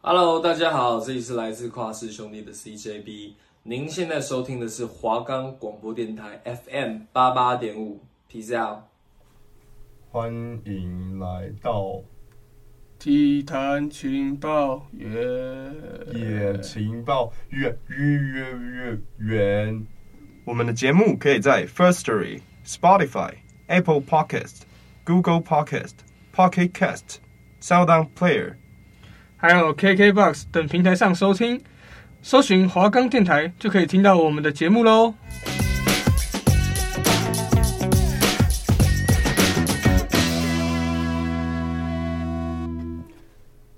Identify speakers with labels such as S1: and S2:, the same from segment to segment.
S1: Hello，大家好，这里是来自跨世兄弟的 CJB。您现在收听的是华冈广播电台 FM 八八点五 p c l
S2: 欢迎来到
S3: 体坛情报员，
S2: 野情报月月月月圆，
S4: 我们的节目可以在 First Story、Spotify、Apple Podcast、Google Podcast、Pocket Cast、Sound On Player。
S3: 还有 KKBox 等平台上收听，搜寻华冈电台就可以听到我们的节目喽。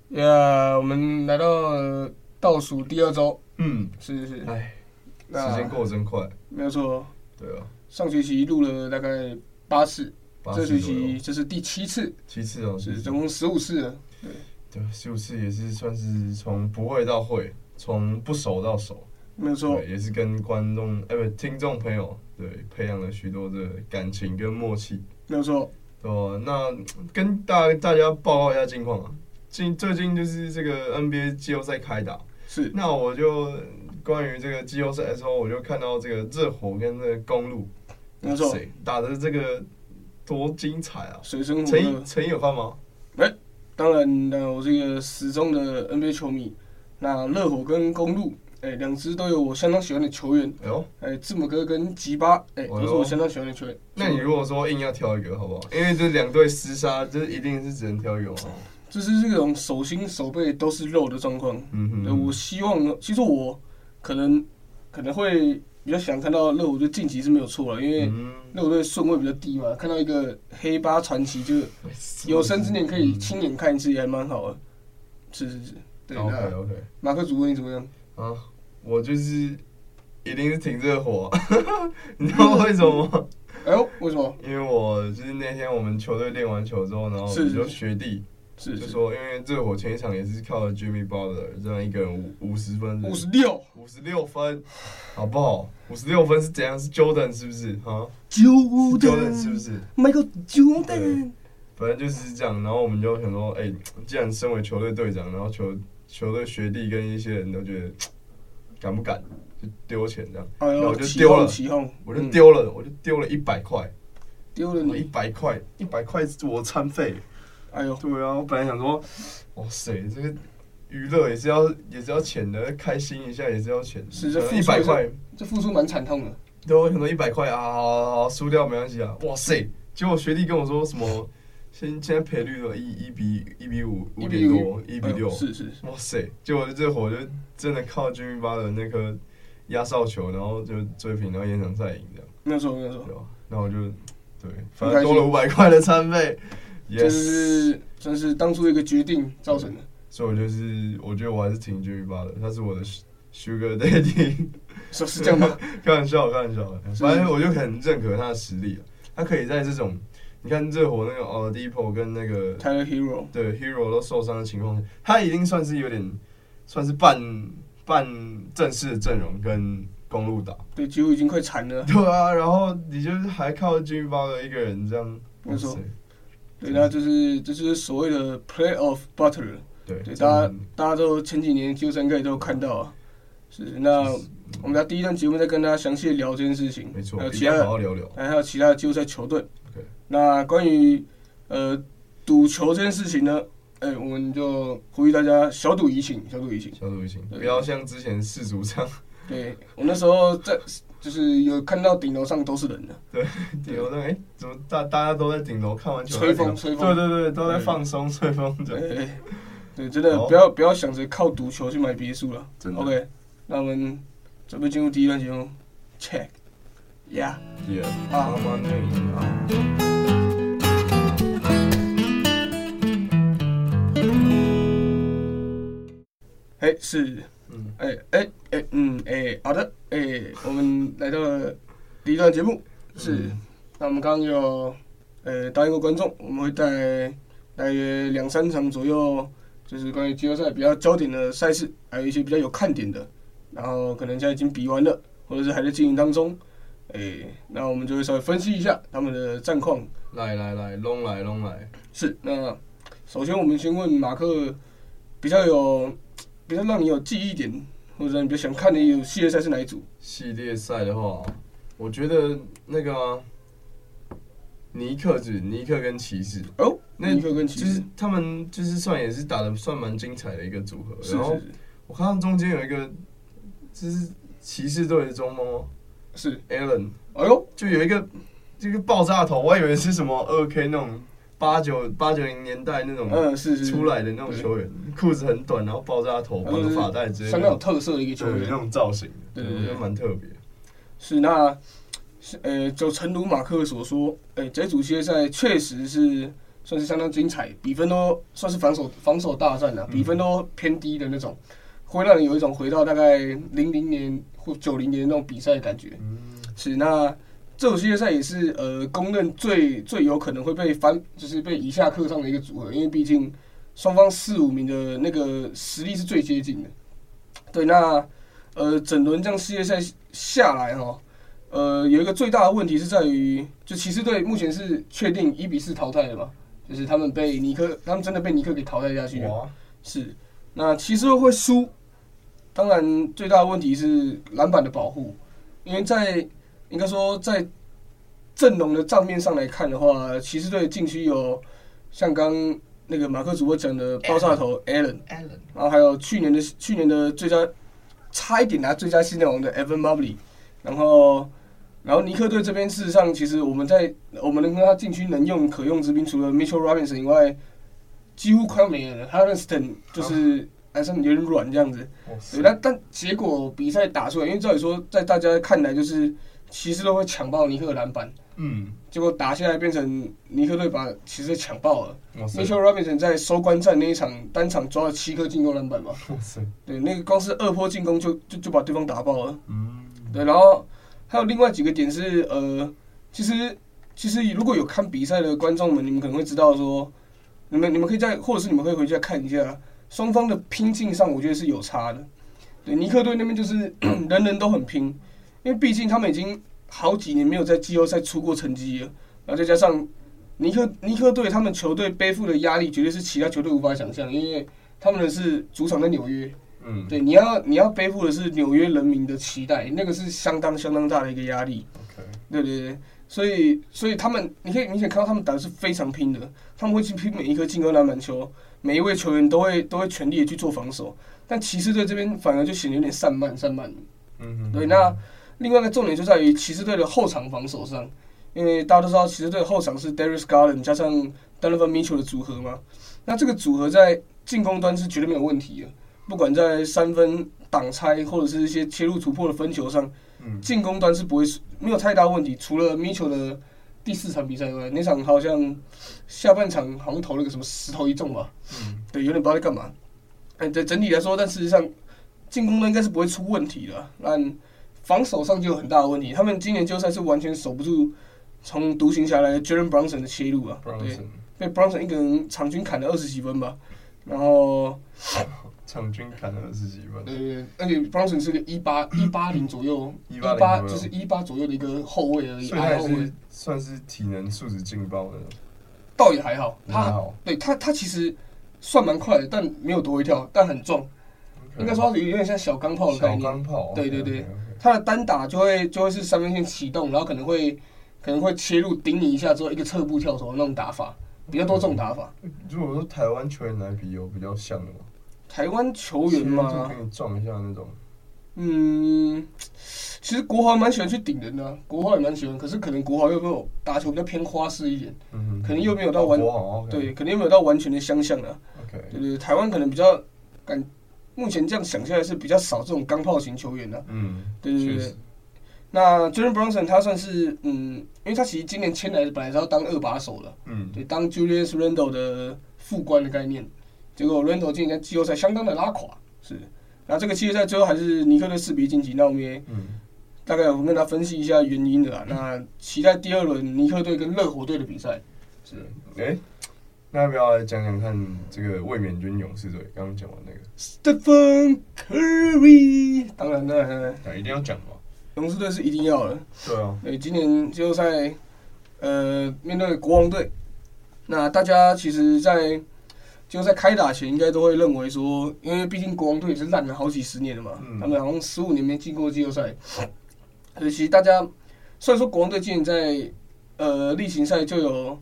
S3: 呀、我们来到呃倒数第二周，
S2: 嗯，
S3: 是是是，
S2: 哎，
S3: 那
S2: 时间过得真快，
S3: 没有错。
S2: 对啊，
S3: 上学期录了大概八次，
S2: 八
S3: 这
S2: 次
S3: 学
S2: 左
S3: 期
S2: 右，
S3: 这是第七次，
S2: 七次哦，
S3: 是
S2: 七次
S3: 总共十五次了。
S2: 对，十五次也是算是从不会到会，从不熟到熟，
S3: 没有错
S2: 对，，也是跟观众哎不听众朋友对培养了许多的感情跟默契，
S3: 没有错。
S2: 对啊、那跟大大家报告一下近况啊，近最近就是这个 NBA 季后赛开打。
S3: 是
S2: 那我就关于这个季后赛的时候，我就看到这个热火跟这个公路，
S3: 没错
S2: 谁打的这个多精彩啊！
S3: 水深火
S2: 陈
S3: 热
S2: 毅，。陈毅有看吗？
S3: 当然，呃，我是一个始终的 NBA 球迷。那热火跟公路，哎、两支都有我相当喜欢的球员。
S2: 哎呦，
S3: 哎、字母哥跟吉巴，哎、
S2: 哦哟
S3: 都是我相当喜欢的球员。
S2: 那你如果说硬要挑一个，好不好？因为这两队厮杀，就是一定是只能挑一个嘛。
S3: 就是这种手心手背都是肉的状况。
S2: 嗯
S3: 对，我
S2: 哼，
S3: 希望，其实我可能可能会比较想看到热火队晋级是没有错了，因为
S2: 嗯，
S3: 热火队顺位比较低嘛，看到一个黑八传奇就有生之年可
S2: 嗯
S3: 以亲眼看一次，也还蛮好的。是是是，对。
S2: OK
S3: 那
S2: OK
S3: 马克主问你怎么样？
S2: 啊，我就是一定是挺热火 啊，你知道为什么 吗？
S3: 哎呦，为什么？
S2: 因为我就是那天我们球队练完球之后，然后我
S3: 是
S2: 们就是学弟
S3: 是
S2: 就是说，因为热火前一场也是靠了 Jimmy Butler 这样一个人五五十分，
S3: 五十六
S2: 五十六分，好不好？五十六分是怎样？是 Jordan 是不是？哈是，Jordan 是不
S3: ，Jordan
S2: 是？
S3: Michael
S2: 对
S3: Jordan，
S2: 反正就是这样。然后我们就想说，哎、既然身为球队队长，然后球球队学弟跟一些人都觉得，敢不敢就丢钱这样？
S3: 哎
S2: 然后
S3: 呦，
S2: 我就
S3: 起
S2: 丢
S3: 哄
S2: 了
S3: 起哄，
S2: 我就
S3: 嗯
S2: 丢了，我就丢了一百块，
S3: 丢了
S2: 一
S3: 你，
S2: 百块，一百块是我餐费。
S3: 哎呦，
S2: 对啊，我本来想说，哇塞，这个娱乐也是要也是要钱的，开心一下也是要钱的，
S3: 是这付出
S2: 一百块，
S3: 这付出蛮惨痛的，
S2: 对，我想说一百块啊，好好好输掉没关系啊，哇塞！结果学弟跟我说什么， 现现在赔率都一一比一比五五点多，一比
S3: 哎呦
S2: 六，
S3: 是是是，
S2: 哇塞！结果这火就真的靠 Jimmy 巴的那颗压哨球，然后就追平，然后延长赛赢这样，
S3: 没有错没有错，
S2: 对吧？那我就对，反正多了五百块的餐费
S3: 这
S2: ，yes。
S3: 是真是当初一个决定造成的，
S2: 所以我就是，我觉得我还是挺 Jimmy 巴的，他是我的 Sugar Daddy，
S3: 是是这样吗？
S2: 开玩笑，开玩笑，
S3: 是
S2: 反正我就很认可他的实力啊，他可以在这种你看热火那个 o l d i p o 跟那个
S3: Tyler Hero，
S2: 对 Hero 都受伤的情况下，他已经算是有点算是半半正式的阵容跟公路打，
S3: 对，几乎已经快残了，
S2: 对啊，然后你就是还靠 Jimmy 巴的一个人这样，
S3: 没错
S2: 哇塞，
S3: 对，那就是这就是所谓的 Playoff Butler，
S2: 对，
S3: 对，
S2: 真的
S3: 大家大家都前几年就应该也都有看到啊，是那
S2: 就是
S3: 我们在第一段节目再跟大家详细地聊这件事情，
S2: 没错
S3: 还有，
S2: 一
S3: 其
S2: 定
S3: 他
S2: 要
S3: 的
S2: 好好聊聊，
S3: 还有其他的季后赛球队。
S2: OK
S3: 那关于呃赌球这件事情呢，哎、我们就呼吁大家小赌怡情，小赌怡情。
S2: 小赌怡情，
S3: 对
S2: 不要像之前世足 这样，
S3: 对我那时候在就是有看到顶楼上都是人的，
S2: 顶楼上哎，怎么大大家都在顶楼看完球，
S3: 吹风吹风
S2: 对对对，都在放松吹风这样。
S3: 对、哦对，真的
S2: 好
S3: 不要不要想着靠赌球去买别墅了。
S2: 真的
S3: OK，那我们准备进入第一段节目，check，yeah，
S2: 也
S3: 啊
S2: 妈妈那里啊。
S3: 哎、是，
S2: 嗯，
S3: 哎哎哎嗯哎、好的，哎、我们来到了第一段节目，是。
S2: 嗯
S3: 那我们刚刚有呃答应过观众，我们会带大约两三场左右，就是关于季后赛比较焦点的赛事，还有一些比较有看点的，然后可能现在已经比完了，或者是还在进行当中。诶、那我们就会稍微分析一下他们的战况。
S2: 来来来，弄来弄来，
S3: 是，那首先我们先问马克比较有比较让你有记忆点，或者让你比较想看的有系列赛是哪一组？
S2: 系列赛的话，我觉得那个啊、尼克子、尼克跟骑士，
S3: 哦，
S2: 那
S3: 尼克跟骑
S2: 就
S3: 士，
S2: 是他们就是算也是打的算蛮精彩的一个组合。
S3: 是
S2: 然后
S3: 是
S2: 我看到中间有一个，就是骑士队的中锋哦
S3: 是是，
S2: Allen，
S3: 哎呦，
S2: 就有一个这个爆炸头，我还以为是什么二 K 那种八九八九零年代那种
S3: 嗯，是是是
S2: 出来的那种球员，裤子很短，然后爆炸头，
S3: 他
S2: 绑
S3: 就
S2: 个
S3: 是
S2: 发带之类
S3: 相当有
S2: 的，
S3: 特色的一个
S2: 就
S3: 球
S2: 有那
S3: 员。
S2: 种造型，
S3: 对
S2: 对，
S3: 对
S2: 我
S3: 对
S2: 觉得蛮特别。
S3: 是那，是呃，就诚如马克所说，哎、这组系列赛确实是算是相当精彩，比分都算是防守防守大战了、啊
S2: 嗯
S3: 比分都偏低的那种，会让人有一种回到大概零零年或九零年那种比赛的感觉。
S2: 嗯，
S3: 是那这组系列赛也是呃公认最最有可能会被翻，就是被以下课上的一个组合，因为毕竟双方四五名的那个实力是最接近的。对，那呃整轮这样系列赛下来哦，呃有一个最大的问题是在于，就骑士队目前是确定一比四淘汰了嘛，就是他们被尼克，他们真的被尼克给淘汰下去了。
S2: 哇，
S3: 是，那骑士会输，当然最大的问题是篮板的保护，因为在应该说在阵容的账面上来看的话，骑士队禁区有像刚那个马克主播讲的爆炸头 Allen，
S2: Allen
S3: 然后还有去年的去年的最佳，差一点拿最佳新人王的 Evan Mobley，然后然后尼克队这边事实上其实我们在我们能跟他禁区能用可用之兵，除了 Mitchell Robinson 以外，几乎快要没人了。Harrison 就是还是有点软这样子，
S2: 哇
S3: 对，
S2: 塞，
S3: 但但结果比赛打出来，因为照理说在大家看来就是骑士都会抢爆尼克的篮板，
S2: 嗯，
S3: 结果打下来变成尼克队把骑士抢爆了。
S2: 哇塞，
S3: Mitchell Robinson 在收官战那一场单场抓了七颗进攻篮板吧。
S2: 哇塞，
S3: 对，那个光是二波进攻就就就把对方打爆了。
S2: 嗯，
S3: 对，然后还有另外几个点是，呃，其实其实如果有看比赛的观众们，你们可能会知道说，你们你们可以在或者是你们可以回去再看一下双方的拼劲上，我觉得是有差的。对，尼克队那边就是 人人都很拼，因为毕竟他们已经好几年没有在季后赛出过成绩了，然后再加上尼克尼克队他们球队背负的压力绝对是其他球队无法想象，因为他们的是主场在纽约，
S2: 嗯，
S3: 对，你要你要背负的是纽约人民的期待，那个是相当相当大的一个压力。
S2: ，OK，
S3: 对对对，所以所以他们，你可以明显看到他们打的是非常拼的，他们会去拼每一颗进攻篮板球，每一位球员都会都会全力的去做防守。但骑士队这边反而就显得有点散漫散漫。
S2: 嗯，
S3: 对，那另外一个重点就在于骑士队的后场防守上，因为大家都知道骑士队的后场是 Darius Garland 加上 Donovan Mitchell 的组合嘛，那这个组合在进攻端是绝对没有问题的，不管在三分挡拆或者是一些切入突破的分球上，
S2: 嗯
S3: 进攻端是不会没有太大问题，除了 Mitchell 的。第四场比赛以外，那场好像下半场好像投了个什么十投一中吧，
S2: 嗯
S3: 对，有点不知道在干嘛。哎，对，整体来说，但事实上进攻端应该是不会出问题的啊，但防守上就有很大的问题。他们今年季后赛是完全守不住从独行侠来的 Jalen Brunson 的切入啊，
S2: ，Bronson
S3: 对，被 Brunson 一个人场均砍了二十几分吧。然后，
S2: 场均砍了二十几分，
S3: 呃，而且 Brunson 是个一八一八零左右，一
S2: 180
S3: 八
S2: 左右
S3: 就是一八左右的一个后卫而已，
S2: 所以他
S3: 矮
S2: 也
S3: 后卫
S2: 是算是体能素质劲爆的，
S3: 倒也还好，他
S2: 还好
S3: 对他他其实算蛮快的，但没有多会跳，但很壮，
S2: 嗯
S3: 应该说他有点像小钢炮的
S2: 小
S3: 概念，
S2: 钢炮，
S3: 对对对他的单打就会就会是三分线启动，然后可能会可能会切入顶你一下之后一个侧步跳投那种打法，比较多这种打法。
S2: 如果说台湾球员来比，有比较像的吗？
S3: 台湾球员
S2: 其实
S3: 嘛
S2: 就，给你撞一下那种，
S3: 嗯，其实国豪蛮喜欢去顶人的啊、国豪也蛮喜欢，可是可能国豪又没有打球比较偏花式一点，
S2: 嗯哼，
S3: 可能又没有到完
S2: 国豪，OK，
S3: 对，可能又没有到完全的相像啊。
S2: ，OK，
S3: 对对，台湾可能比较感，目前这样想下来是比较少这种钢炮型球员的、啊
S2: 嗯，
S3: 对对对
S2: 确实，
S3: 那 Jalen Brunson 他算是嗯，因为他其实今年签来本来是要当二把手的，
S2: 嗯，
S3: 对，当 Julius Randle 的副官的概念，结果 Randle 今年在季后赛相当的拉垮，是。然后这个系列赛最后还是尼克队四比一晋级，那我们也
S2: 嗯，
S3: 大概我们跟他分析一下原因的啦。那期待第二轮尼克队跟热火队的比赛。
S2: 是，哎，那要不要来讲讲看这个卫冕军勇士队？刚刚讲完那个，
S3: Stephen Curry，当然当然当然，
S2: 啊一定要讲吧？
S3: 勇士队是一定要的。
S2: 对啊，
S3: 对，今年季后赛，呃，面对国王队，那大家其实在，就在开打前应该都会认为说，因为毕竟国王队也是烂了好几十年了嘛，
S2: 嗯
S3: 他们好像十五年没进过季后赛，所以其实大家虽然说国王队今年在呃例行赛就有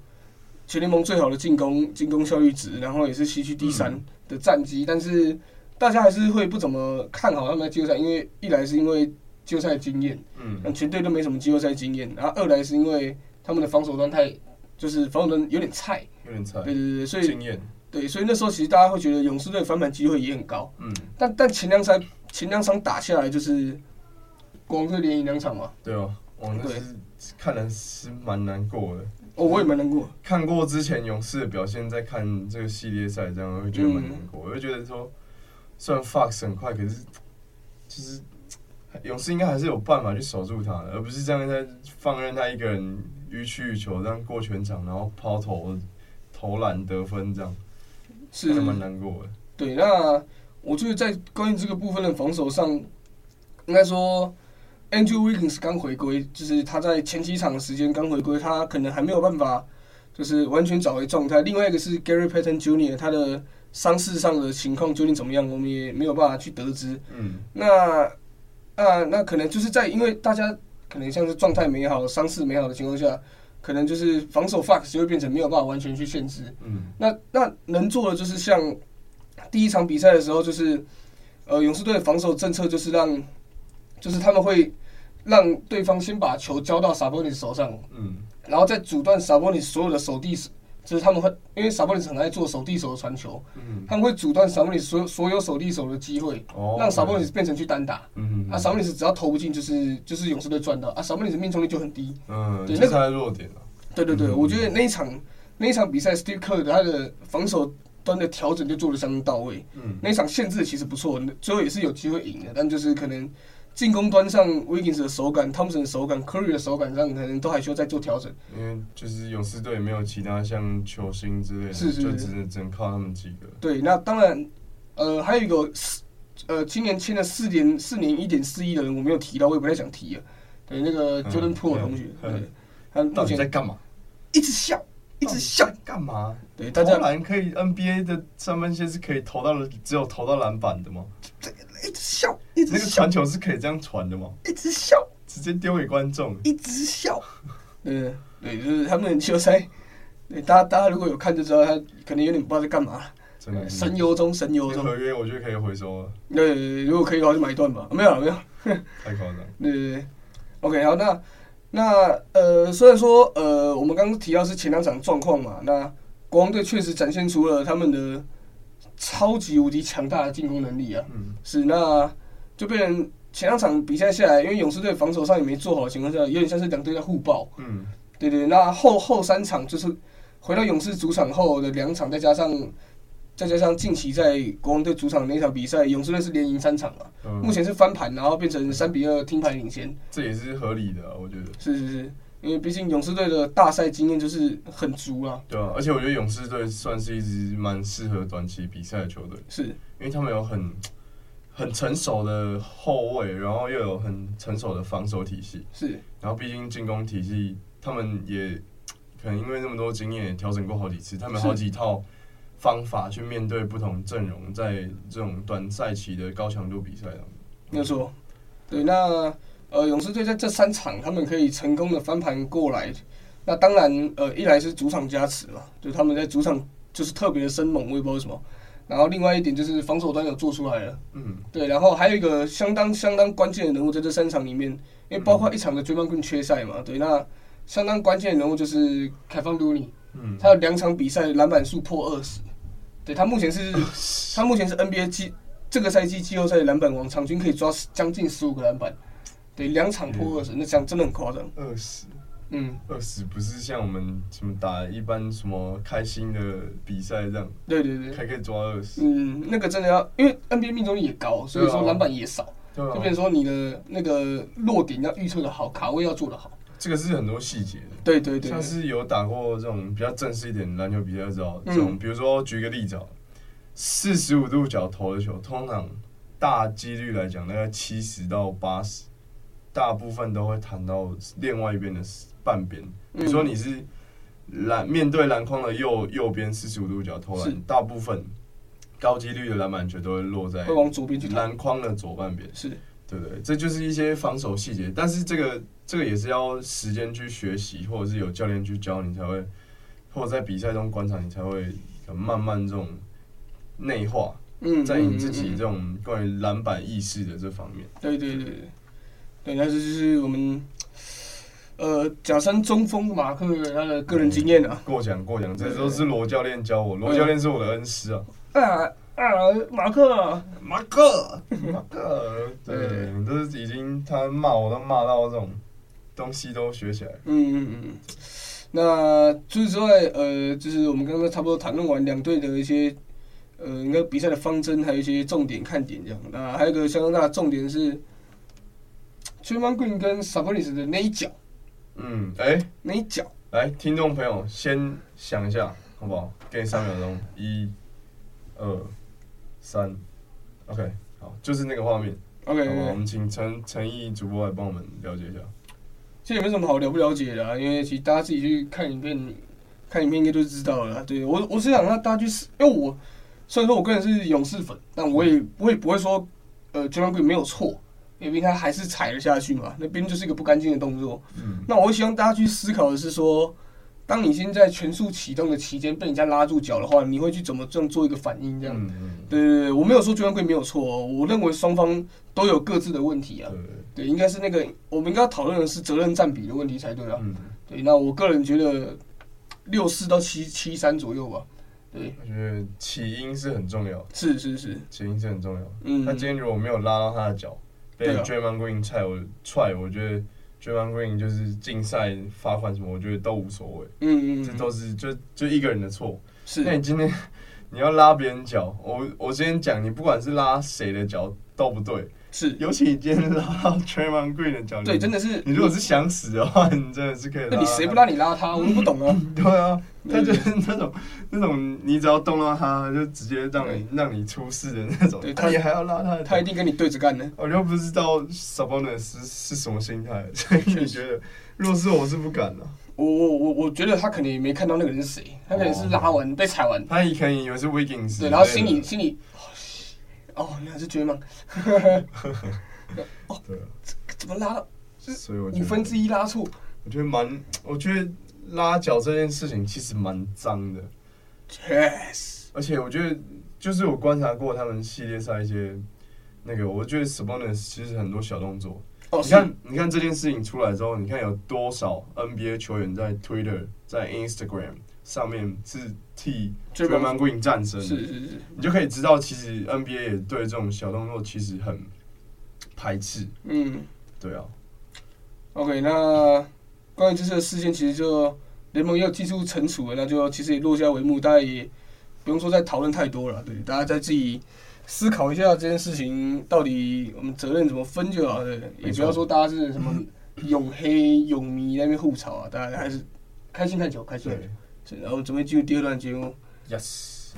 S3: 全联盟最好的进攻进攻效率值，然后也是西区第三的战绩，但是大家还是会不怎么看好他们在季后赛，因为一来是因为季后赛的经验，
S2: 嗯
S3: 但全队都没什么季后赛经验，然后二来是因为他们的防守端太就是防守端有点菜，
S2: 有点菜
S3: 对，对对，所以
S2: 经验，
S3: 对，所以那时候其实大家会觉得勇士队翻盘机会也很高，
S2: 嗯，
S3: 但但前两场前两场打下来就是国王队连赢两场嘛，
S2: 对啊，我那是看来是蛮难过的。
S3: 哦，我也蛮难过，
S2: 看过之前勇士的表现，再看这个系列赛，这样我就觉得蛮难
S3: 嗯
S2: 过。我就觉得说，虽然 Fox 很快，可是就是哎勇士应该还是有办法去守住他的，而不是这样在放任他一个人予取予求，这样过全场，然后抛投、投篮得分这样，
S3: 是
S2: 真的蛮难过的。
S3: 对，那我觉得在关于这个部分的防守上，应该说 Andrew Wiggins 刚回归，就是他在前几场的时间刚回归，他可能还没有办法就是完全找回状态。另外一个是 Gary Payton Jr. 他的伤势上的情况究竟怎么样，我们也没有办法去得知。
S2: 嗯，
S3: 那那那可能就是在因为大家可能像是状态美好、伤势美好的情况下，可能就是防守 Fox 就会变成没有办法完全去限制。
S2: 嗯，
S3: 那那能做的就是像第一场比赛的时候，就是呃勇士队的防守政策就是让，就是他们会让对方先把球交到 Sabonis 手上，
S2: 嗯，
S3: 然后再阻断 Sabonis 所有的手递，就是他们会因为 Sabonis 很爱做手递手的传球，
S2: 嗯，
S3: 他们会阻断 Sabonis 所有所有手递手的机会，
S2: 哦
S3: 让 Sabonis 变成去单打。
S2: 嗯，
S3: 啊，Sabonis 只要投不进，就是就是勇士队赚到啊，Sabonis 的命中率就很低。
S2: 嗯，
S3: 对
S2: 这
S3: 那
S2: 是
S3: 个
S2: 他的弱点啊。
S3: 对对对，
S2: 嗯
S3: 我觉得那一场那一场比赛，Steve Kerr 的他的防守端的调整就做的相当到位。
S2: 嗯，
S3: 那一场限制其实不错，最后也是有机会赢的，但就是可能进攻端上 Wiggins 的手感、Thompson 的手感、Curry 的手感上，可能都还需要再做调整。
S2: 因为就是勇士队没有其他像球星之类的，
S3: 是是
S2: 就是只能只能靠他们几个。
S3: 对，那当然，呃，还有一个四呃，今年签了四年四年一点四亿的人，我没有提到，我也不太想提了。对，那个
S2: 嗯
S3: Jordan Poole
S2: 嗯
S3: 同学，
S2: 嗯
S3: 对，他
S2: 到
S3: 目
S2: 底在
S3: 前
S2: 干嘛？
S3: 一直笑，一直笑。
S2: 干嘛？
S3: 对，大
S2: 投
S3: 家
S2: 篮可以 NBA 的上半线是可以投到了只有投到篮板的吗？
S3: 一直笑，一
S2: 那
S3: 直
S2: 个
S3: 笑
S2: 传，球是可以这样传的吗？
S3: 一直笑。
S2: 直接丢给观众。
S3: 一直笑。对对，就是他们球赛，对大家大家如果有看就知道，他可能有点不知道在干嘛，
S2: 真的
S3: 嗯神游中神游
S2: 这
S3: 中。
S2: 合约我觉得可以回收了，
S3: 对对，对如果可以的话就买断吧，没有啦没有啦。
S2: 太夸张。
S3: 对对对，OK，好，那那呃，虽然说呃，我们刚刚提到是前两场状况嘛，那国王队确实展现出了他们的超级无敌强大的进攻能力啊。
S2: 嗯
S3: 是，那就变成前两场比赛下来，因为勇士队防守上也没做好的情况下，有点像是两队在互爆。
S2: 嗯
S3: 对对，那后后三场就是回到勇士主场后的两场，再加上再加上近期在国王队主场的那场比赛，勇士队是连赢三场嘛，
S2: 嗯，
S3: 目前是翻盘，然后变成三比二听牌领先。
S2: 这也是合理的啊，我觉得。
S3: 是是是，因为毕竟勇士队的大赛经验就是很足啦。
S2: 对啊，而且我觉得勇士队算是一支蛮适合短期比赛的球队，
S3: 是
S2: 因为他们有很很成熟的后卫，然后又有很成熟的防守体系。
S3: 是，
S2: 然后毕竟进攻体系，他们也可能因为那么多经验，也调整过好几次，他们
S3: 是
S2: 好几套方法去面对不同阵容，在这种短赛期的高强度比赛当中。
S3: 没有错。对，那呃，勇士队在这三场他们可以成功的翻盘过来，那当然呃，一来是主场加持嘛，就他们在主场就是特别的生猛，我也不知道为什么。然后另外一点就是防守端有做出来了，
S2: 嗯，
S3: 对，然后还有一个相当相当关键的人物在这三场里面，因为包括一场的追梦棍缺赛嘛，对，那相当关键的人物就是凯方鲁尼，
S2: 嗯，
S3: 他有两场比赛篮板数破二十，对他目前是，他目前是 NBA 季这个赛季季后赛的篮板王，场均可以抓将近十五个篮板，对，两场破二
S2: 嗯
S3: 十，那这样真的很夸张，
S2: 二十
S3: 嗯，
S2: 二十不是像我们什么打一般什么开心的比赛这样，
S3: 对对对，
S2: 还可以抓二十，
S3: 嗯，那个真的要，因为 NBA 命中率也高，所以
S2: 对
S3: 说
S2: 啊
S3: 篮板也少，
S2: 对
S3: 就
S2: 啊
S3: 变成说你的那个落点要预测的好，卡位要做的好，
S2: 这个是很多细节的。
S3: 对对对，
S2: 像是有打过这种比较正式一点的篮球比赛就知道，
S3: 嗯
S2: 这种比如说举个例子啊，四十五度角投的球，通常大几率来讲大概七十到八十，大部分都会弹到另外一边的半边。比如说你是篮面对篮筐的右右边四十五度角投
S3: 是
S2: 篮，大部分高几率的篮板球都会落在
S3: 会往左边去弹。
S2: 篮筐的左半边，
S3: 是，
S2: 对不对？这就是一些防守细节，但是这个这个也是要时间去学习，或者是有教练去教你才会，或者在比赛中观察你才会呃慢慢这种内化
S3: 嗯，
S2: 在你自己
S3: 嗯嗯嗯
S2: 这种关于篮板意识的这方面。
S3: 对对对对，对，那这就是我们呃假山中锋马克他的个人经验啊。
S2: 过奖过奖，这都是罗教练教我，罗教练是我的恩师啊。
S3: 啊啊，马克，
S2: 马克，马克，对，
S3: 嗯对
S2: 都是已经他骂我都骂到这种东西都学起来了。
S3: 嗯嗯嗯。那除此之外，呃，就是我们刚刚差不多谈论完两队的一些，呃，应该比赛的方针，还有一些重点看点这样。那还有一个相当大的重点是呃 t r e m o n Green 跟 Sabonis 的那一脚，
S2: 嗯，哎，
S3: 那一脚，
S2: 来，听众朋友先想一下，好不好？给你三秒钟，一、二、三，OK，好，就是那个画面，
S3: OK，
S2: 好吧？我们请陈陈毅主播来帮我们了解一下。
S3: 其实也没什么好了不了解的、啊，因为其实大家自己去看影片，看影片应该就知道了啊。对我，我是想让大家去思，因为我虽然说我个人是勇士粉，但我也我也不会说，呃 j a m a Green 没有错，因为他还是踩了下去嘛，那边就是一个不干净的动作。
S2: 嗯，
S3: 那我会希望大家去思考的是说，当你现在全速启动的期间被人家拉住脚的话，你会去怎么这样做一个反应？这样，
S2: 嗯嗯，
S3: 对对对，我没有说 j a m a Green 没有错、哦，我认为双方都有各自的问题啊
S2: 对。，
S3: 对，应该是那个我们应该要讨论的是责任占比的问题才对啊。
S2: 嗯，
S3: 对，那我个人觉得六四到七七三左右吧。对，
S2: 我觉得起因是很重要，
S3: 是是是，
S2: 起因是很重要。
S3: 嗯，
S2: 他今天如果没有拉到他的脚，被
S3: 对啊
S2: Draymond Green 踹，我踹，我觉得 Draymond Green 就是竞赛罚款什么，我觉得都无所谓，
S3: 嗯嗯，
S2: 这都是就就一个人的错。
S3: 是
S2: 那你今天你要拉别人脚，我我今天讲，你不管是拉谁的脚都不对，
S3: 是，
S2: 尤其你今天拉到 Draymond Green 的脚，
S3: 对，真
S2: 的，
S3: 的是
S2: 你如果是想死的话，你真的是可以拉。
S3: 那你谁不拉？你拉他，我都不懂啊。
S2: 对 啊，他就是 那种那种，你只要动到他，就直接让你让你出事的那种
S3: 对，他
S2: 他也还要拉他的脚
S3: 他一定跟你对着干的。
S2: 我就不知道 Sabonis 是是什么心态，所以你觉得，若是我是不敢的、
S3: 我我我我觉得他可能也没看到那个人是谁，他可能
S2: 哦
S3: 是拉完被踩完，
S2: 他以前以为是 Wiggins，
S3: 对，然后心里心里，哦，那是 绝望，哦
S2: 对，
S3: 怎么拉到
S2: 所以我觉
S3: 五
S2: 得
S3: 分之一拉错？
S2: 我觉得蛮，我觉得拉脚这件事情其实蛮脏的，
S3: Yes，
S2: 而且我觉得就是我观察过他们系列赛一些那个，我觉得 Sabonis 其实很多小动作，
S3: 哦，
S2: 你
S3: 是
S2: 看你看这件事情出来之后，你看有多少 NBA 球员在 Twitter 在 Instagram 上面是替 d r a m o n
S3: Draymond-
S2: Green 战争的，
S3: 是是是，
S2: 你就可以知道，其实 NBA 也对这种小动作其实很排斥。
S3: 嗯。
S2: 对啊，
S3: OK，那关于这次的事件，其实就联盟也有技术惩处了，那就其实也落下帷幕，大家也不用说再讨论太多了。对，大家再自己思考一下这件事情到底我们责任怎么分就好了，也
S2: 没
S3: 不
S2: 错
S3: 要说大家是 什么永黑永迷在那边互吵啊，大家还是开心看球，开心看球
S2: 对。
S3: 是然后我们准备进入第二段节目。
S2: ，Yes。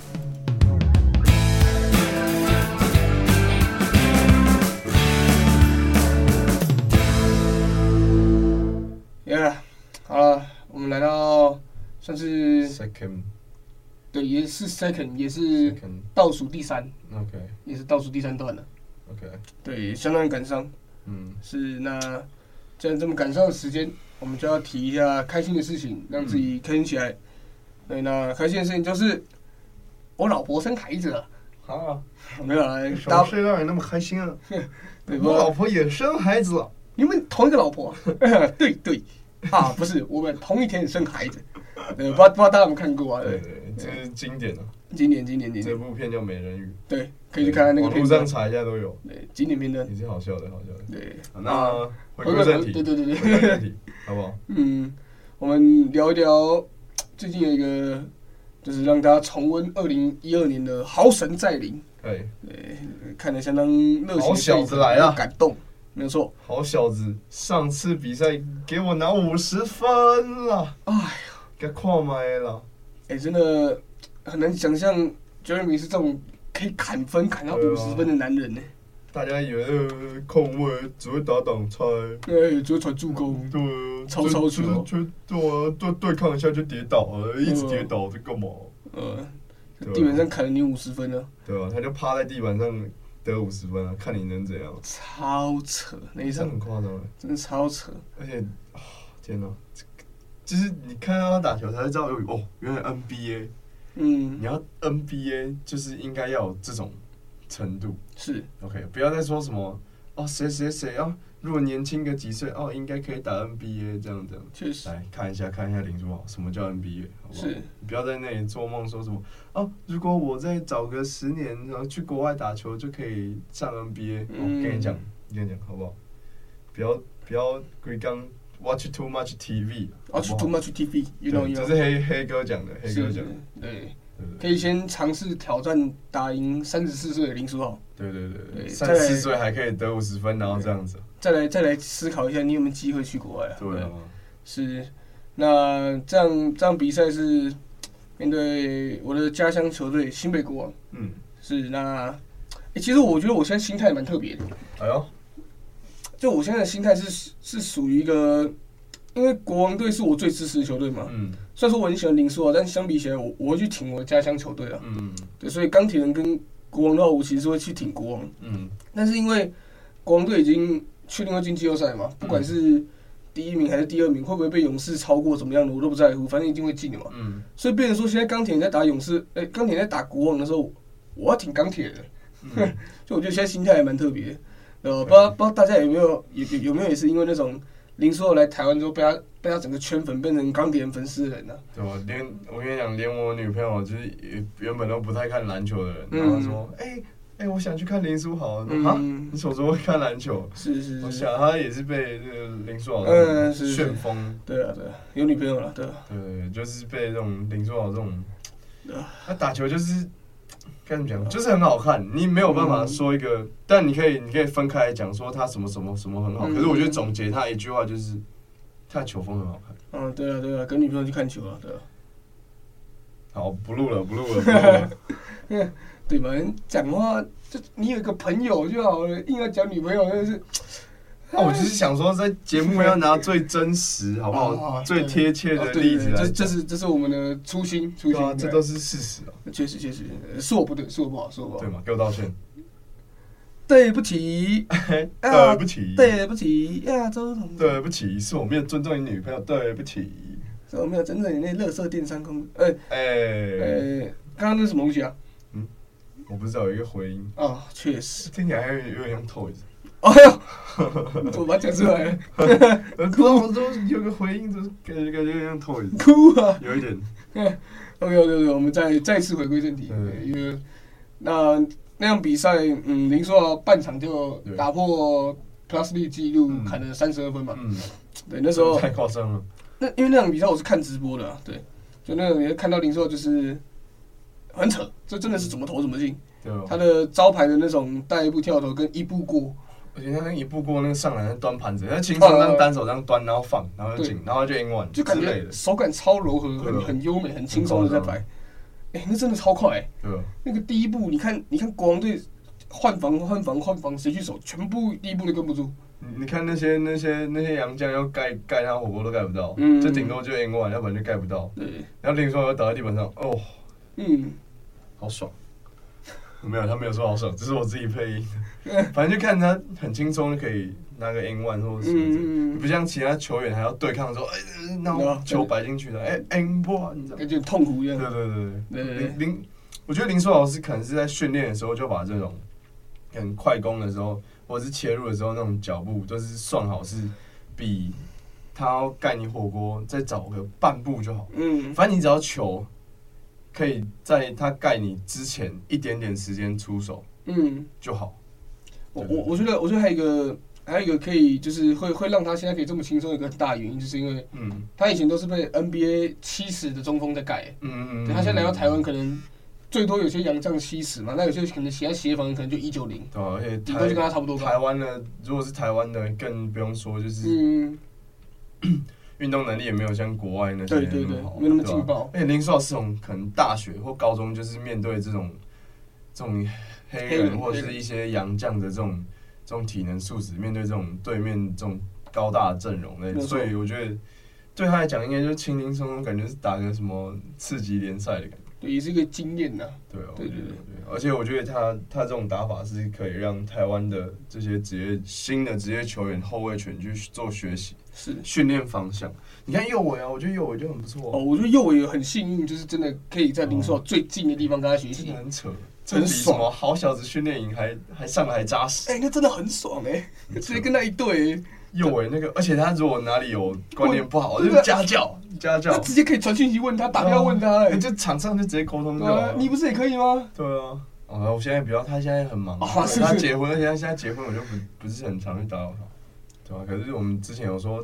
S3: Yeah，好了，我们来到算是
S2: Second,
S3: 对，也是 second，也是
S2: second,
S3: 倒数第三，
S2: OK,
S3: 也是倒数第三段了。
S2: OK，
S3: 对，相当于赶上。
S2: 嗯，
S3: 是那既然这么赶上的时间，我们就要提一下开心的事情，让自己开心起来。对，那开心的事情就是我老婆生孩子了，
S2: 啊，
S3: 没有啦，
S2: 什
S3: 大
S2: 么
S3: 家
S2: 事让你那么开心啊？
S3: 对不
S2: 我老婆也生孩子了，
S3: 你们同一个老婆？ 对对啊，不是，我们同一天生孩子。对，不知道不知道大家有没有看过啊？
S2: 对
S3: 对，
S2: 对，这是经典的，
S3: 经典经典经
S2: 这
S3: 典，
S2: 部片叫《美人鱼》，
S3: 对，可以去看看那个
S2: 网
S3: 片
S2: 络上
S3: 段。
S2: 查一下都有，
S3: 对，经典片段。
S2: 也是好笑的，好笑的。
S3: 对，
S2: 好那回
S3: 回
S2: 归
S3: 归
S2: 正题，
S3: 对对对对
S2: 回归正题，好不好？
S3: 嗯，我们聊一聊最近有一个，就是让大家重温二零一二年的《豪神再临》。
S2: 哎，
S3: 看得相当热血，
S2: 好小子来了
S3: 感动，没有错。
S2: 好小子，上次比赛给我拿五十分了，
S3: 哎呀，
S2: 给跨麦了。
S3: 哎、真的很难想象 Jeremy 是这种可以砍分砍到
S2: 对啊
S3: 五十分的男人呢、
S2: 大家以为呃控卫只会打挡拆，
S3: 对，就传助攻，
S2: 对啊，
S3: 超
S2: 就
S3: 超球
S2: 就是就对啊，就对抗一下就跌倒了，一直跌倒这干嘛？
S3: 呃，
S2: 对啊
S3: 地板上砍了你五十分呢，
S2: 对啊，他就趴在地板上得五十分啊，看你能怎样。
S3: 超扯，那一
S2: 这
S3: 场
S2: 很夸张欸，
S3: 真的超扯，
S2: 而且啊天哪，这个就是你看到他打球才会知道有哦，原来 NBA，
S3: 嗯
S2: 你，要 NBA 就是应该要有这种程度。
S3: 是，
S2: OK，不要再说什么哦，谁谁谁啊，如果年轻个几岁哦，应该可以打 NBA 这样这样。
S3: 确实
S2: 来看一下，看一下林书豪，什么叫 NBA？好不好？
S3: 是
S2: 你不要在那里做梦说什么哦，如果我再找个十年，然后去国外打球就可以上 NBA、
S3: 嗯
S2: 我哦跟你讲，跟你讲好不好？不要不要归刚 watch too much TV，好不好
S3: ，watch 哦 too much
S2: 对
S3: TV，you know you
S2: 这
S3: know，
S2: 是黑黑哥讲的，黑哥
S3: 是
S2: 讲的，，
S3: 对，可
S2: 对
S3: 以先尝试挑战打赢三十四岁的林书豪，
S2: 对对对对
S3: 对
S2: 对，
S3: 再
S2: 三
S3: 来
S2: 十岁还可以得五十分，然后这样子，
S3: 再来再来思考一下你有没有机会去国外啊？
S2: 对啊，
S3: 是，那这样这样比赛是面对我的家乡球队新北国王，
S2: 嗯，
S3: 是那、诶其实我觉得我现在心态蛮特别的，
S2: 哎呦，
S3: 就我现在的心态是是属于一个，因为国王队是我最支持的球队嘛，
S2: 嗯
S3: 虽然说我很喜欢林书豪，但相比起来我我会去挺我的家乡球队啊，
S2: 嗯
S3: 对，所以钢铁人跟国王的话，我其实会去挺国王。
S2: 嗯
S3: 但是因为国王队已经确定要进季后赛
S2: 嗯
S3: 嘛，不管是第一名还是第二名，会不会被勇士超过怎么样的，我都不在乎，反正一定会进的嘛。
S2: 嗯
S3: 所以变成说，现在钢铁人在打勇士，哎、钢铁人在打国王的时候，我要挺钢铁的。
S2: 嗯，
S3: 就我觉得现在心态还蛮特别的，呃，不知道不知道大家有没有有有有没有也是因为那种林书豪来台湾之后被他被他整个圈粉，变成钢铁人粉丝的人呢、啊？
S2: 对吧？连我跟你讲，连我女朋友就是也原本都不太看篮球的人，
S3: 嗯
S2: 然后她说，哎、哎、我想去看林书豪，
S3: 嗯
S2: 啊，你什么时候会看篮球？
S3: 是是
S2: 我
S3: 是，
S2: 想他也是被这个林书豪
S3: 嗯是是
S2: 旋风，
S3: 对啊对啊，有女朋友了，对啊，
S2: 对，就是被这种林书豪这种
S3: 啊，
S2: 他打球就是该怎么讲，就是很好看，你没有办
S3: 嗯
S2: 法说一个，但你可以你可以分开来讲，说他什么什么什么很好，
S3: 嗯
S2: 可是我觉得总结他一句话就是，他的球风很好看。
S3: 嗯对啊对啊，跟女朋友去看球啊，对啊。
S2: 好，不录了，不录了，不录了。
S3: 对吧？讲话就你有个朋友就好了，硬要讲女朋友，真的是
S2: 那我就是想说，在节目要拿最真实，好不好？
S3: 哦
S2: 最贴切的例子
S3: 哦
S2: 来
S3: 对对对这
S2: 讲
S3: 这是这是我们的初心，初
S2: 对
S3: 心。
S2: 啊，这都是事实啊，
S3: 确实确实，呃是我不对，是我不好，是我不好
S2: 对。吗？给我道歉，
S3: 对 不起，
S2: 哎啊对不起，
S3: 对不起，亚洲同志，
S2: 对不起，是我没有尊重你女朋友，对不起。
S3: 是我没有真正的那乐色电商公，呃
S2: 哎，
S3: 呃，刚刚那是什么东西啊？
S2: 我不知道有一个回音，
S3: 啊，确实，
S2: 听起来还有有点像 Toys。
S3: 哎呦，你怎么把它讲出来了？
S2: 呃，不知道我都有个回音，就是感觉感觉有点像 Toys，
S3: 哭啊！
S2: 有一点。
S3: OK OK OK，我们再再次回归正题，
S2: 对
S3: 因为那那场比赛，嗯，林书豪半场就
S2: 对
S3: 打破 Plus B 记录，
S2: 嗯
S3: 砍了三十二分嘛。
S2: 嗯，
S3: 对，那时候
S2: 太夸张了。
S3: 那因为那场比赛我是看直播的、啊，对，就那场比赛看到林书豪就是很扯，这真的是怎么投怎么进，
S2: 对哦吧？
S3: 他的招牌的那种带一步跳投跟一步过，
S2: 而且他那一步过那个上篮的端盘子，他轻松这样单手这样端，然后放，然后就进，然后哦就 in one
S3: 就
S2: 之
S3: 感
S2: 类
S3: 觉
S2: 的，
S3: 手感超柔和，
S2: 对
S3: 很
S2: 啊
S3: 很优美，很轻松的在摆
S2: 很。
S3: 哎、那真的超快、
S2: 对哦吧？
S3: 那个第一步，你看，你看国王队换防、换防、换防，谁去守，全部第一步都跟不住。
S2: 嗯你你看那些那些那些洋将要盖盖他火锅都盖不到，
S3: 嗯
S2: 就顶多就 in one，要不然就盖不到。
S3: 对，
S2: 然后林书豪又倒在地板上，哦，
S3: 嗯，
S2: 好爽。没有，他没有说好爽，只是我自己配音。反正就看他很轻松就可以拿个 in one 或者什么之类的，
S3: 嗯嗯嗯
S2: 不像其他球员还要对抗说，哎、那
S3: 对
S2: 我
S3: 啊
S2: 球摆进去了，哎、in one，你知道吗
S3: 感？觉很痛苦一
S2: 对
S3: 样。
S2: 对对
S3: 对对
S2: 对，
S3: 对
S2: 林林，我觉得林书豪是可能是在训练的时候就把这种很快攻的时候，或者是切入的时候那种脚步，就是算好是比他要盖你火锅再早个半步就好。
S3: 嗯，
S2: 反正你只要球可以在他盖你之前一点点时间出手
S3: 嗯，
S2: 就好。
S3: 我我我觉得，我觉得还有一个，还有一个可以，就是会会让他现在可以这么轻松，一个很大的原因，就是因为
S2: 嗯
S3: 他以前都是被 NBA 七十的中锋在盖，
S2: 嗯嗯，
S3: 对他现在来到台湾，可能最多有些洋将七十嘛，那有些可能其他协防可能就一九零，
S2: 对啊、而且
S3: 顶多就跟他
S2: 台
S3: 差不多
S2: 台
S3: 高。
S2: 湾的如果是台湾的，更不用说，就是
S3: 嗯，
S2: 运动能力也没有像国外那些
S3: 对对
S2: 那
S3: 对
S2: 么好，
S3: 没那么
S2: 对吧哎
S3: 劲爆。
S2: 而且林书豪是从可能大学或高中就是面对这种这种黑
S3: 黑
S2: 人
S3: 人
S2: 或者是一些洋将的这种这种体能素质，面对这种对面这种高大的阵容，
S3: 没
S2: 那
S3: 错
S2: 所以我觉得对他来讲，应该就轻轻松松，感觉是打个什么次级联赛的感觉。
S3: 对，也是一个经验啊呐。
S2: 对哦，我
S3: 对
S2: 觉
S3: 对
S2: 得对，而且我觉得他他这种打法是可以让台湾的这些职业新的职业球员后卫群去做学习
S3: 是
S2: 训练方向。你看右伟啊，我觉得右伟就很不错、
S3: 哦，我觉得右伟很幸运，就是真的可以在林书豪最近的地方跟他学
S2: 真
S3: 习
S2: 的。很扯，这
S3: 很
S2: 比什
S3: 爽
S2: 么好小子训练营还还上的还扎实。
S3: 哎、那真的很爽哎、直接跟他一对、欸，
S2: 右伟那个，而且他如果哪里有观念不好，
S3: 对
S2: 就
S3: 啊
S2: 是家教，家教
S3: 他，直接可以传讯息问他，打电话问他哎、
S2: 哎就场上就直接沟通就
S3: 对
S2: 好
S3: 啊
S2: 了。，
S3: 你不是也可以吗？
S2: 对啊。哦，我现在比较，他现在很忙，啊
S3: 哦是
S2: 他结婚，而且他现在结婚，我就不不是很常去打扰他，对吧、可是我们之前有说，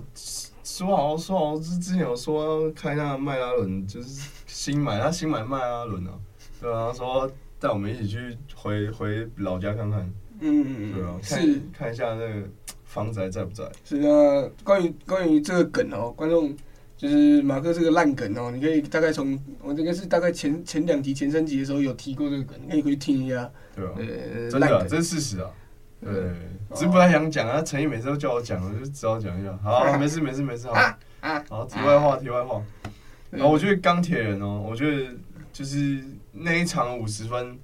S2: 说好说好，之之前有说要开那迈拉伦，就是新买，他新买迈拉伦啊，对啊，他说带我们一起去回回老家看看，
S3: 嗯，
S2: 对啊，看
S3: 是
S2: 看一下那个房子还在不在，
S3: 是那关于关于这个梗哦，观众就是马克这个烂梗哦，你可以大概从我应该是大概前前两集前三集的时候有提过这个梗，你可以回去听一下。
S2: 对吧、
S3: 呃，
S2: 真
S3: 烂
S2: 的啊、
S3: 梗嗯哦
S2: 这是事实啊。对
S3: 对，
S2: 只是不太想讲啊。陈毅每次都叫我讲，我就只好讲一下。好啊，没事没事没事，好
S3: 啊啊。嗯
S2: 好。题外话，题外话。然后我觉得钢铁人哦，我觉得就是那一场五十分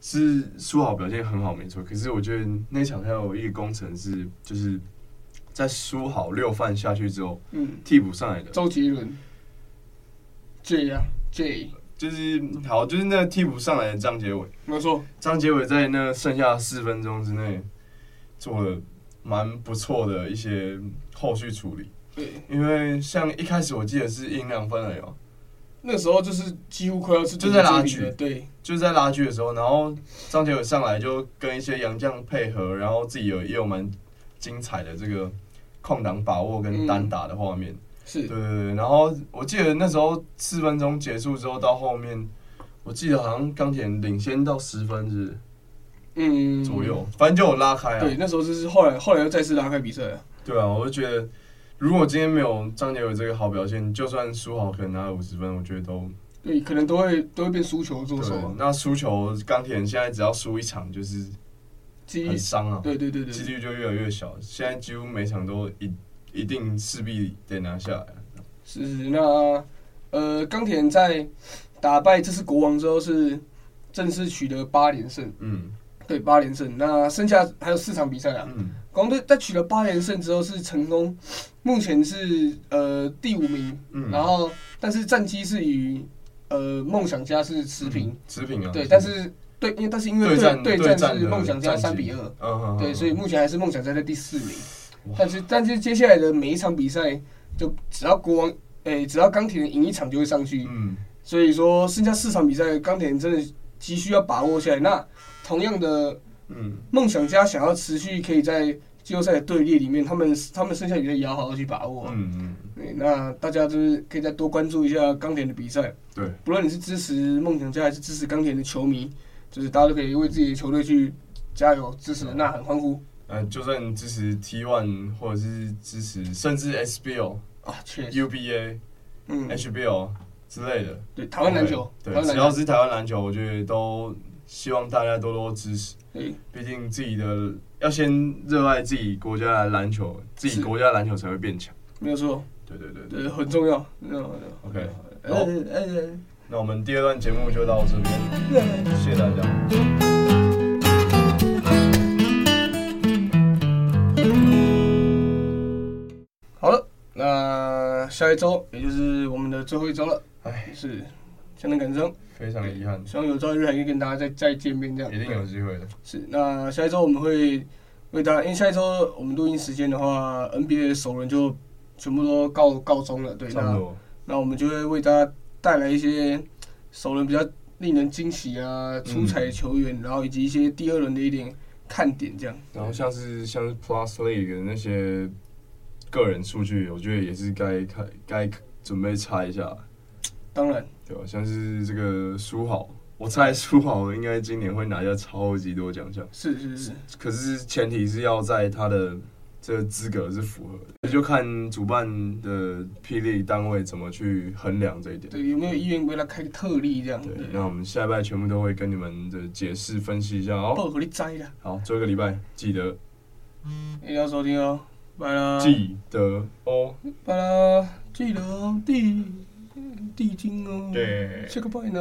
S2: 是苏豪表现很好，没错。可是我觉得那一场还有一个工程是，就是在苏豪六犯下去之后，
S3: 嗯，
S2: 替补上来的，
S3: 周杰伦，J 啊 J，
S2: 就是好，就是那个替补上来的张杰伟。
S3: 没错，
S2: 张杰伟在那剩下四分钟之内做了蛮不错的一些后续处理，
S3: 对，
S2: 因为像一开始我记得是赢两分了有，
S3: 那时候就是几乎快要是
S2: 就在拉
S3: 顶级
S2: 锯
S3: 了对，
S2: 就是在拉锯的时候，然后张杰伟上来就跟一些洋将配合，然后自己有也有蛮精彩的这个空档把握跟单打的画面。
S3: 是
S2: 对对对，然后我记得那时候四分钟结束之后到后面，我记得好像钢铁人领先到十分是
S3: 嗯
S2: 左右，反正就有拉开啊。
S3: 对，那时候就是后来后来又再次拉开比赛了，
S2: 对啊，我就觉得，如果今天没有张杰伟这个好表现，就算输好，可能拿了五十分，我觉得都
S3: 对，可能都会都会变输球做手
S2: 对
S3: 啊，。
S2: 那输球，钢铁人现在只要输一场就是
S3: 记忆
S2: 很，伤啊，
S3: 对对对对
S2: 几
S3: 对，
S2: 率就越来越小。现在几乎每场都一一定势必得拿下来。
S3: 是那呃，钢铁人在打败这次国王之后是正式取得八连胜，
S2: 嗯
S3: 对，八连胜。那剩下还有四场比赛啊，
S2: 嗯，
S3: 国王队在取得八连胜之后是成功，目前是呃第五名，
S2: 嗯
S3: 然后但是战绩是与呃梦想家是持平，
S2: 持平啊。
S3: 对，
S2: 持平
S3: 但是对，因为但是因为
S2: 对战
S3: 对
S2: 对
S3: 战
S2: 战
S3: 是
S2: 的
S3: 梦想家
S2: 战
S3: 三
S2: 绩
S3: 比二，
S2: 嗯嗯，
S3: 对，
S2: 嗯
S3: 所以目前还是梦想家在第四名
S2: 哇。
S3: 但是但是接下来的每一场比赛，就只要国王，诶、只要钢铁人赢一场就会上去。
S2: 嗯
S3: 所以说剩下四场比赛，钢铁人真的急需要把握下来。那同样的，
S2: 嗯
S3: 梦想家想要持续可以在季后赛的队列里面，他们他们剩下比赛也要好好去把握。
S2: 嗯嗯，
S3: 对，那大家就是可以再多关注一下钢铁人的比赛。
S2: 对，
S3: 不论你是支持梦想家还是支持钢铁人的球迷，就是大家都可以为自己的球队去加油、支持、
S2: 嗯
S3: 呐喊、欢呼
S2: 呃，就算支持 T One 或者是支持甚至 SBL、
S3: 啊！确实，
S2: UBA、
S3: 嗯，
S2: HBO 之类的。
S3: 对，台湾篮球，台
S2: 对，
S3: 湾
S2: 对
S3: 篮
S2: 只要
S3: 球，
S2: 是台湾篮球，我觉得都希望大家多多支持。
S3: 对，
S2: 毕竟自己的要先热爱自己国家的篮球，自己
S3: 是
S2: 国家的篮球才会变强。
S3: 没有错，
S2: 对对对对。
S3: 对，很重要。那
S2: OK，
S3: 呃
S2: 好
S3: 呃
S2: 那我们第二段节目就到这边，
S3: 呃。
S2: 谢谢大家。
S3: 好了，那下一周也就是我们的最后一周了，
S2: 哎，
S3: 是相当感伤，
S2: 非常遗憾，
S3: 希望有朝一日还可以跟大家再再见面这样。
S2: 一定有机会的。
S3: 是，那下一周我们会为大家，因为下一周我们录音时间的话，NBA 首轮就全部都告告终了，对，
S2: 差不
S3: 那
S2: 多。
S3: 那我们就会为大家带来一些首轮比较令人惊喜
S2: 嗯
S3: 啊、出彩的球员，然后以及一些第二轮的一点看点这样。
S2: 然后像是像是 Plus League 的那些个人数据，我觉得也是该看该准备查一下。
S3: 当然，
S2: 对吧？像是这个书豪，我猜书豪应该今年会拿下超级多奖项，
S3: 是是是，
S2: 可是前提是要在他的这个资格是符合的，也就看主办的霹雳单位怎么去衡量这一点。
S3: 对，有没有意愿为他开个特例这样？
S2: 对，那我们下一拜全部都会跟你们的解释分析一下哦。
S3: 爆给你摘了，
S2: 好，最后一个礼拜记得
S3: 一定要收听哦，拜啦，
S2: 记得哦，
S3: 拜啦，记得哦，地地精哦，哦
S2: 对
S3: 下个拜呢。